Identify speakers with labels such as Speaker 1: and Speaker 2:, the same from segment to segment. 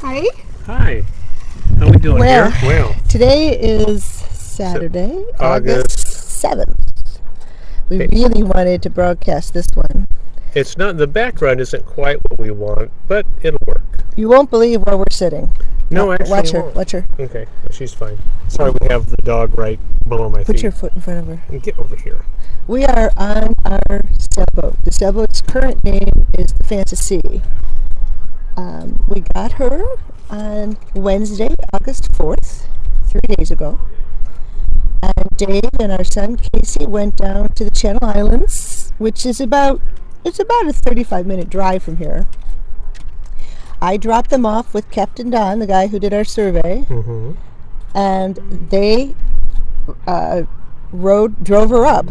Speaker 1: Hi.
Speaker 2: Hi. How we doing
Speaker 1: Well.
Speaker 2: here? Well,
Speaker 1: Today is Saturday, August
Speaker 2: August.
Speaker 1: 7th. We
Speaker 2: Okay.
Speaker 1: really wanted to broadcast this one.
Speaker 2: it's not the background isn't quite what we want, but it'll work.
Speaker 1: You won't believe where we're sitting.
Speaker 2: No, actually,
Speaker 1: Watch
Speaker 2: it
Speaker 1: her,
Speaker 2: won't.
Speaker 1: watch her.
Speaker 2: Okay, she's fine. Sorry, we have the dog right below my
Speaker 1: Put
Speaker 2: feet.
Speaker 1: your foot in front of her.
Speaker 2: Get over here.
Speaker 1: We are on our sailboat. The sailboat's current name is the Fantasy. Um, we got her on Wednesday, August 4th, three days ago. And Dave and our son Casey went down to the Channel Islands, which is about it's about a 35 minute drive from here. I dropped them off with Captain Don, the guy who did our survey,
Speaker 2: Mm-hmm.
Speaker 1: and they uh, rode drove her up.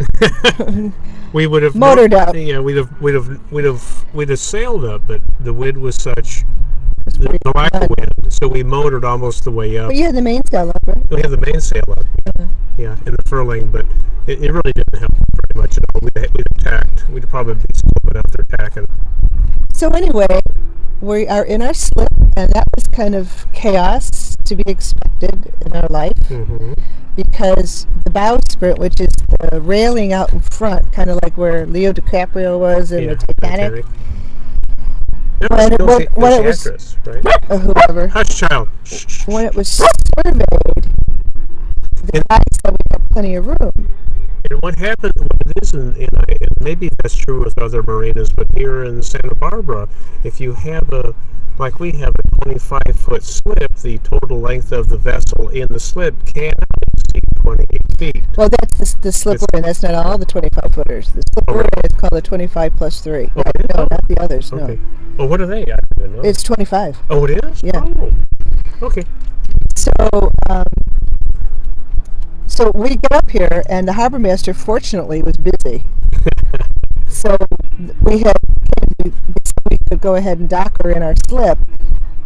Speaker 2: We would have
Speaker 1: Motored up.
Speaker 2: Yeah, we'd have, we'd have, we'd have, we'd have sailed up, but the wind was such
Speaker 1: It's
Speaker 2: the,
Speaker 1: pretty
Speaker 2: the lack of
Speaker 1: bad.
Speaker 2: wind, so we motored almost the way up.
Speaker 1: But you Uh-huh. had the main sail up, right?
Speaker 2: We had the mainsail up. Yeah, and the furling, but it, it really didn't help very much at all. We'd, we'd have tacked. We'd probably be still been out there tacking.
Speaker 1: So anyway, we are in our slip, and that was kind of chaos to be expected in our life
Speaker 2: Mm-hmm.
Speaker 1: because the bowsprit, which is the railing out in front, kind of like where Leo DiCaprio was in
Speaker 2: yeah,
Speaker 1: the Titanic,
Speaker 2: That
Speaker 1: When
Speaker 2: was
Speaker 1: it-
Speaker 2: Bill
Speaker 1: when-
Speaker 2: Ca-
Speaker 1: when
Speaker 2: Bill
Speaker 1: it was-
Speaker 2: Chakras, right?
Speaker 1: or whoever,
Speaker 2: Hush, child. Shh, shh, shh.
Speaker 1: when it was surveyed, the guy said we got plenty of room.
Speaker 2: And what happened, what it is, and, and, I, and maybe that's true with other marinas, but here in Santa Barbara, if you have a, like we have a 25 foot slip, the total length of the vessel in the slip cannot exceed 28 feet.
Speaker 1: Well, that's the, s- the slip
Speaker 2: It's-
Speaker 1: we're in. That's not all the 25 footers. The slip
Speaker 2: Oh,
Speaker 1: we're
Speaker 2: really?
Speaker 1: in is called the 25 plus 3.
Speaker 2: Oh,
Speaker 1: Right,
Speaker 2: it is?
Speaker 1: No, not the others,
Speaker 2: Okay.
Speaker 1: no.
Speaker 2: Well, what are they? I don't know.
Speaker 1: It's 25.
Speaker 2: oh, it is?
Speaker 1: yeah.
Speaker 2: Oh. Okay.
Speaker 1: So, um, so we get up here, and the harbor master fortunately was busy. so we had we said we could go ahead and dock her in our slip,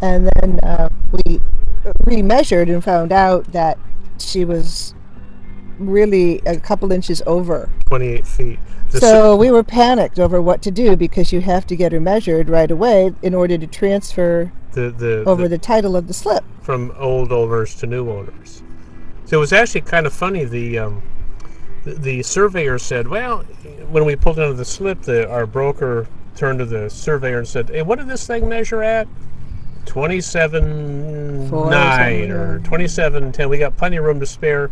Speaker 1: and then uh, we remeasured and found out that she was really a couple inches over.
Speaker 2: 28 feet. The s-
Speaker 1: So we were panicked over what to do because you have to get her measured right away in order to transfer
Speaker 2: the, the,
Speaker 1: over
Speaker 2: the-
Speaker 1: the title of the slip.
Speaker 2: from old owners to new owners. So it was actually kind of funny. The um, the, the surveyor said, "Well, when we pulled into the slip, the, our broker turned to the surveyor and said, "Hey, what did this thing measure at?" 27
Speaker 1: Four or
Speaker 2: 9
Speaker 1: something,
Speaker 2: or
Speaker 1: yeah.
Speaker 2: 27 10 we got plenty of room to spare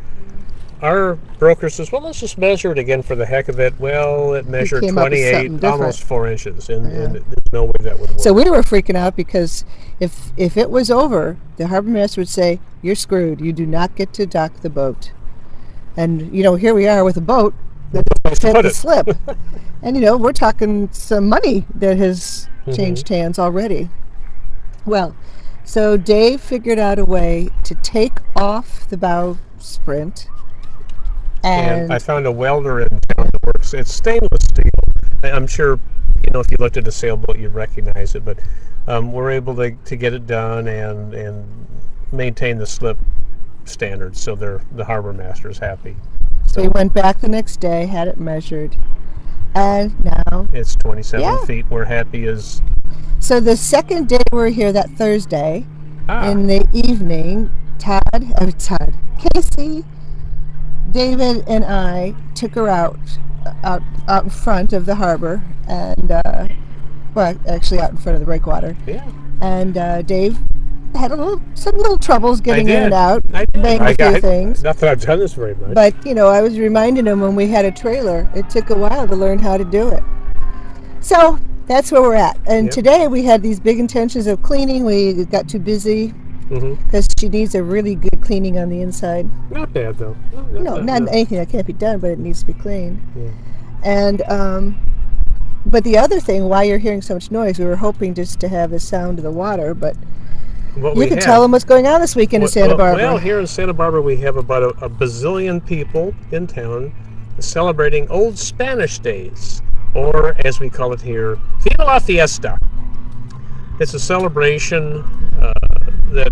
Speaker 2: our broker says well let's just measure it again for the heck of it well it measured
Speaker 1: came up with something
Speaker 2: 28
Speaker 1: different.
Speaker 2: almost four inches and, and there's no way that would work
Speaker 1: So we were freaking out because if if it was over, the harbor master would say, "You're screwed. You do not get to dock the boat." And you know, here we are with a boat that
Speaker 2: to
Speaker 1: had
Speaker 2: put
Speaker 1: to
Speaker 2: it.
Speaker 1: slip, and you know, we're talking some money that has
Speaker 2: Mm-hmm.
Speaker 1: changed hands already. Well, so Dave figured out a way to take off the bow sprint, and,
Speaker 2: and I found a welder in town that works. It's stainless steel. I- I'm sure, you know, if you looked at a sailboat, you'd recognize it. But um, we're able to, to get it done and and maintain the slip standards, so they're the harbor master's happy.
Speaker 1: so we went back the next day, had it measured, and now
Speaker 2: It's 27
Speaker 1: Yeah.
Speaker 2: feet. We're happy as
Speaker 1: So the second day we were here, that Thursday
Speaker 2: ah,
Speaker 1: in the evening, Todd, oh Todd, Casey, David, and I took her out, uh, out, out in front of the harbor, and uh, well, actually out in front of the breakwater.
Speaker 2: yeah.
Speaker 1: And uh, Dave had a little, some little troubles
Speaker 2: I
Speaker 1: getting
Speaker 2: did.
Speaker 1: in and out,
Speaker 2: I did.
Speaker 1: banged a
Speaker 2: I
Speaker 1: few
Speaker 2: got,
Speaker 1: things.
Speaker 2: Not that I've done this very much.
Speaker 1: But you know, I was reminding him when we had a trailer, it took a while to learn how to do it. So that's where we're at. And
Speaker 2: Yep.
Speaker 1: today we had these big intentions of cleaning. We got too busy
Speaker 2: hmm
Speaker 1: because she needs a really good cleaning on the inside.
Speaker 2: Not bad though.
Speaker 1: No, not anything that can't be done, but it needs to be cleaned.
Speaker 2: Yeah.
Speaker 1: And um, but the other thing, why you're hearing so much noise, we were hoping just to have the sound of the water, but
Speaker 2: What
Speaker 1: you
Speaker 2: we
Speaker 1: can
Speaker 2: have-
Speaker 1: tell them what's going on this weekend in
Speaker 2: Well-
Speaker 1: Santa
Speaker 2: well-
Speaker 1: Barbara.
Speaker 2: Well, here in Santa Barbara, we have about a, a bazillion people in town celebrating Old Spanish Days, or as we call it here, Viva la Fiesta. It's a celebration uh, that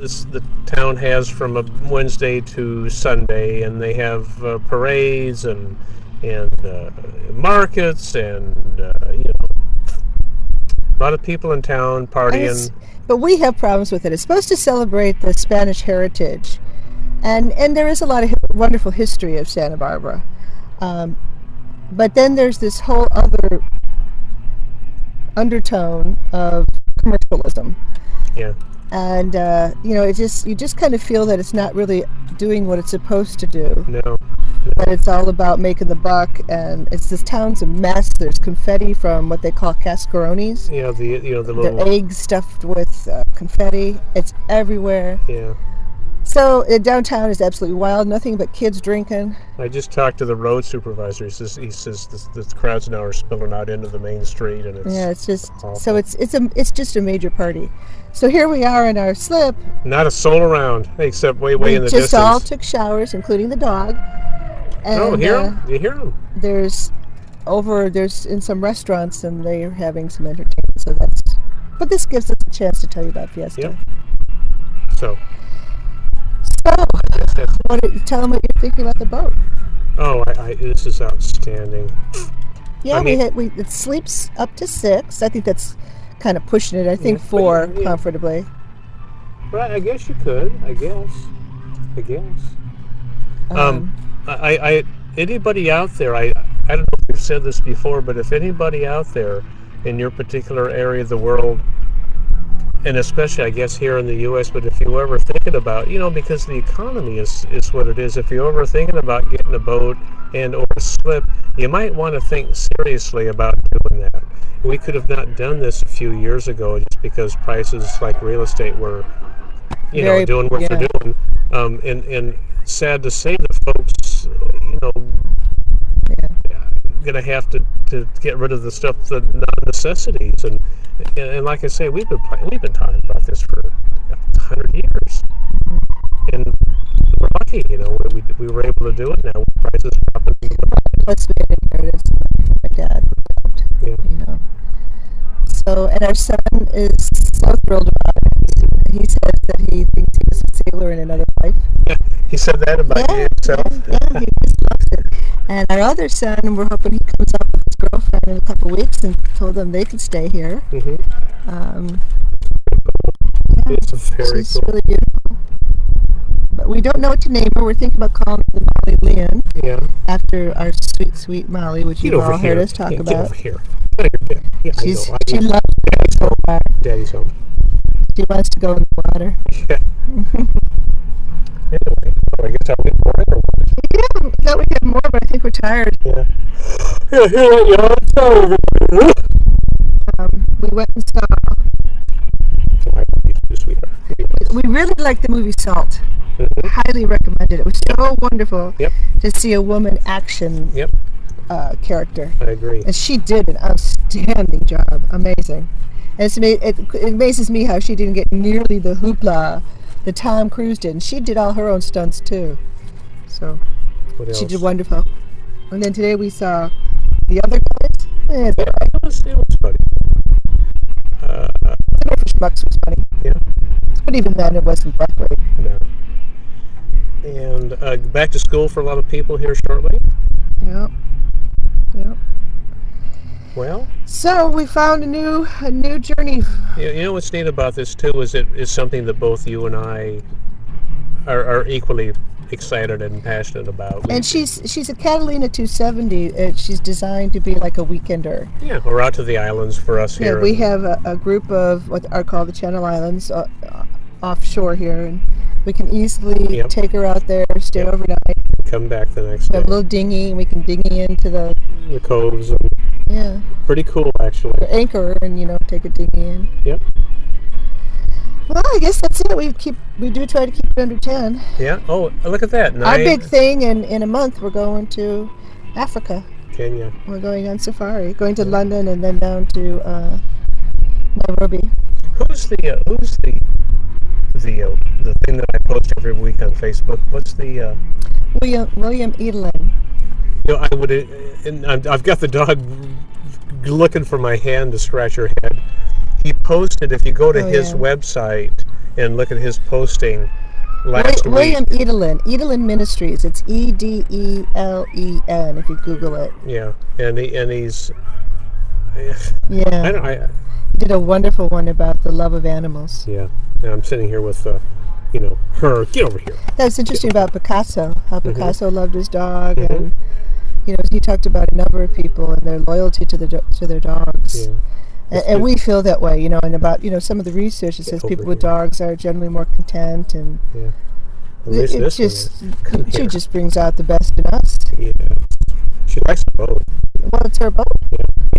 Speaker 2: this, the town has from a Wednesday to Sunday, and they have uh, parades and and uh, markets and uh, you know A lot of people in town
Speaker 1: And
Speaker 2: partying.
Speaker 1: it's- but we have problems with it. It's supposed to celebrate the Spanish heritage, and and there is a lot of hi- wonderful history of Santa Barbara, um, but then there's this whole other undertone of commercialism,
Speaker 2: Yeah.
Speaker 1: and uh, you know it just you just kind of feel that it's not really doing what it's supposed to do.
Speaker 2: No.
Speaker 1: That it's all about making the buck, and it's this town's a mess. There's confetti from what they call cascarones.
Speaker 2: Yeah. The you know the
Speaker 1: Their
Speaker 2: little.
Speaker 1: eggs stuffed with uh, confetti. It's everywhere.
Speaker 2: Yeah.
Speaker 1: So uh, downtown is absolutely wild. Nothing but kids drinking.
Speaker 2: I just talked to the road supervisor. He says he says the, the crowds now are spilling out into the main street, and it's
Speaker 1: Yeah, it's just so
Speaker 2: awful.
Speaker 1: it's it's a it's just a major party. So here we are in our slip.
Speaker 2: not a soul around except way way
Speaker 1: we
Speaker 2: in the
Speaker 1: just
Speaker 2: distance.
Speaker 1: all took showers, including the dog. And
Speaker 2: oh, hear
Speaker 1: uh,
Speaker 2: 'em? You hear them?
Speaker 1: there's over there's in some restaurants and they are having some entertainment. So that's but this gives us a chance to tell you about Fiesta.
Speaker 2: Yep. So
Speaker 1: So
Speaker 2: that's, that's
Speaker 1: what tell them what you're thinking about the boat.
Speaker 2: oh, I, I, this is outstanding.
Speaker 1: Yeah,
Speaker 2: I mean-
Speaker 1: we hit. We it sleeps up to six. I think that's kind of pushing it. I think
Speaker 2: Yeah, but
Speaker 1: four
Speaker 2: you- yeah.
Speaker 1: comfortably.
Speaker 2: Well, I guess you could. I guess. I guess.
Speaker 1: Um,
Speaker 2: Um, I, I, anybody out there, I, I don't know if we've said this before, but if anybody out there in your particular area of the world, and especially I guess here in the U.S., but if you ever thinking about, you know, because the economy is is what it is. If you're ever thinking about getting a boat and or a slip, you might want to think seriously about doing that. We could have not done this a few years ago just because prices like real estate were you know
Speaker 1: Very-
Speaker 2: doing what
Speaker 1: yeah.
Speaker 2: they're doing um, and and sad to say the folks you know gonna have to, to get rid of the stuff the non-necessities and, and and like i say we've been pla- we've been talking about this for a hundred years
Speaker 1: Mm-hmm.
Speaker 2: and we're lucky you know we, we were able to do it now prices dropping
Speaker 1: Plus, we had inherited some money from my dad. who helped,
Speaker 2: Yeah.
Speaker 1: You know. So, and our son is so thrilled about it. He says that he thinks he was a sailor in another life.
Speaker 2: he said that about
Speaker 1: Yeah,
Speaker 2: yourself
Speaker 1: Yeah, he just loves it. And our other son, we're hoping he comes up with his girlfriend in a couple weeks and told them they can stay here.
Speaker 2: mm-hmm.
Speaker 1: Um, yeah,
Speaker 2: It's very
Speaker 1: she's
Speaker 2: cool.
Speaker 1: really beautiful. But we don't know what to name her. We're thinking about calling her Molly Lynn
Speaker 2: yeah
Speaker 1: after our sweet, sweet Molly, which
Speaker 2: get
Speaker 1: you've
Speaker 2: over
Speaker 1: all
Speaker 2: here
Speaker 1: heard us talk
Speaker 2: yeah, get
Speaker 1: about.
Speaker 2: over here Get out of your bed. yeah,
Speaker 1: She's,
Speaker 2: I know. I
Speaker 1: she
Speaker 2: know.
Speaker 1: loves it so far.
Speaker 2: daddy's home
Speaker 1: She wants to go in the water.
Speaker 2: yeah anyway i guess i'll be boring or what
Speaker 1: Yeah, I thought we had more, but I think we're tired.
Speaker 2: yeah yeah here you are it's over
Speaker 1: Um, we went and saw.
Speaker 2: Why do you do, sweetheart?
Speaker 1: We really liked the movie Salt.
Speaker 2: Mhm.
Speaker 1: Highly recommended. It was so wonderful
Speaker 2: Yep.
Speaker 1: to see a woman action
Speaker 2: Yep,
Speaker 1: uh, character.
Speaker 2: I agree.
Speaker 1: and she did an outstanding job. Amazing. And it's, ama- it, it amazes me how she didn't get nearly the hoopla that Tom Cruise did. And she did all her own stunts too. So
Speaker 2: What else?
Speaker 1: she did wonderful. And then today we saw the other guys. Eh, the
Speaker 2: Yeah, it was, it was funny. Uh,
Speaker 1: dinner for schmucks was funny.
Speaker 2: Yeah.
Speaker 1: But even then, it wasn't that great.
Speaker 2: no. And uh, back to school for a lot of people here shortly.
Speaker 1: Yeah. Yeah.
Speaker 2: Well,
Speaker 1: So we found a new a new journey.
Speaker 2: you, you know what's neat about this too is it is something that both you and I are, are equally excited and passionate about. We-
Speaker 1: And she's she's a Catalina 270. And she's designed to be like a weekender.
Speaker 2: yeah, we're out to the islands for us here.
Speaker 1: Yeah, we
Speaker 2: and-
Speaker 1: have a, a group of what are called the Channel Islands uh, uh, offshore here, and we can easily
Speaker 2: Yep.
Speaker 1: take her out there, stay
Speaker 2: Yep.
Speaker 1: overnight.
Speaker 2: come back the next
Speaker 1: We
Speaker 2: day.
Speaker 1: have a little dinghy, and we can dinghy into the
Speaker 2: The coves, and
Speaker 1: yeah
Speaker 2: pretty cool actually.
Speaker 1: the anchor, and you know take a dinghy in.
Speaker 2: Yep.
Speaker 1: Well, I guess that's it. We keep we do try to keep it under ten.
Speaker 2: Yeah. Oh, look at that. Nine,
Speaker 1: Our big thing in in a month we're going to Africa.
Speaker 2: Kenya.
Speaker 1: We're going on safari, going to London, and then down to uh, Nairobi.
Speaker 2: Who's the uh, who's the the uh, the thing that I post every week on Facebook? What's the uh,
Speaker 1: William William Edelin.
Speaker 2: you know I would uh, and I'm- I've got the dog looking for my hand to scratch her head. He posted if you go to
Speaker 1: Oh,
Speaker 2: his
Speaker 1: yeah.
Speaker 2: website and look at his posting
Speaker 1: Wi-
Speaker 2: last week.
Speaker 1: William Edelin, Edelin Ministries. It's E D E L E N. If you Google it,
Speaker 2: Yeah, and he and he's I
Speaker 1: yeah,
Speaker 2: don't I
Speaker 1: did a wonderful one about the love of animals.
Speaker 2: Yeah. And I'm sitting here with, uh, you know, her. Get over here.
Speaker 1: That's interesting about Picasso, how
Speaker 2: Mm-hmm.
Speaker 1: Picasso loved his dog, and you know he talked about a number of people and their loyalty to their do- to their dogs.
Speaker 2: Yeah.
Speaker 1: And, and we feel that way, you know. And about you know some of the research it says
Speaker 2: over
Speaker 1: people with
Speaker 2: here.
Speaker 1: dogs are generally more content, and
Speaker 2: Yeah.
Speaker 1: it,
Speaker 2: At least
Speaker 1: it
Speaker 2: this one
Speaker 1: just
Speaker 2: is. Come
Speaker 1: she
Speaker 2: here.
Speaker 1: just brings out the best in us.
Speaker 2: Yeah. She likes them both.
Speaker 1: Well, it's her boat.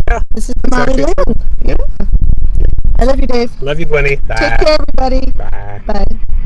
Speaker 2: Yeah.
Speaker 1: This is the Molly
Speaker 2: actually-
Speaker 1: Land. Yeah. I love you, Dave.
Speaker 2: Love you, Gwenny.
Speaker 1: Take
Speaker 2: Bye.
Speaker 1: care, everybody.
Speaker 2: Bye.
Speaker 1: Bye.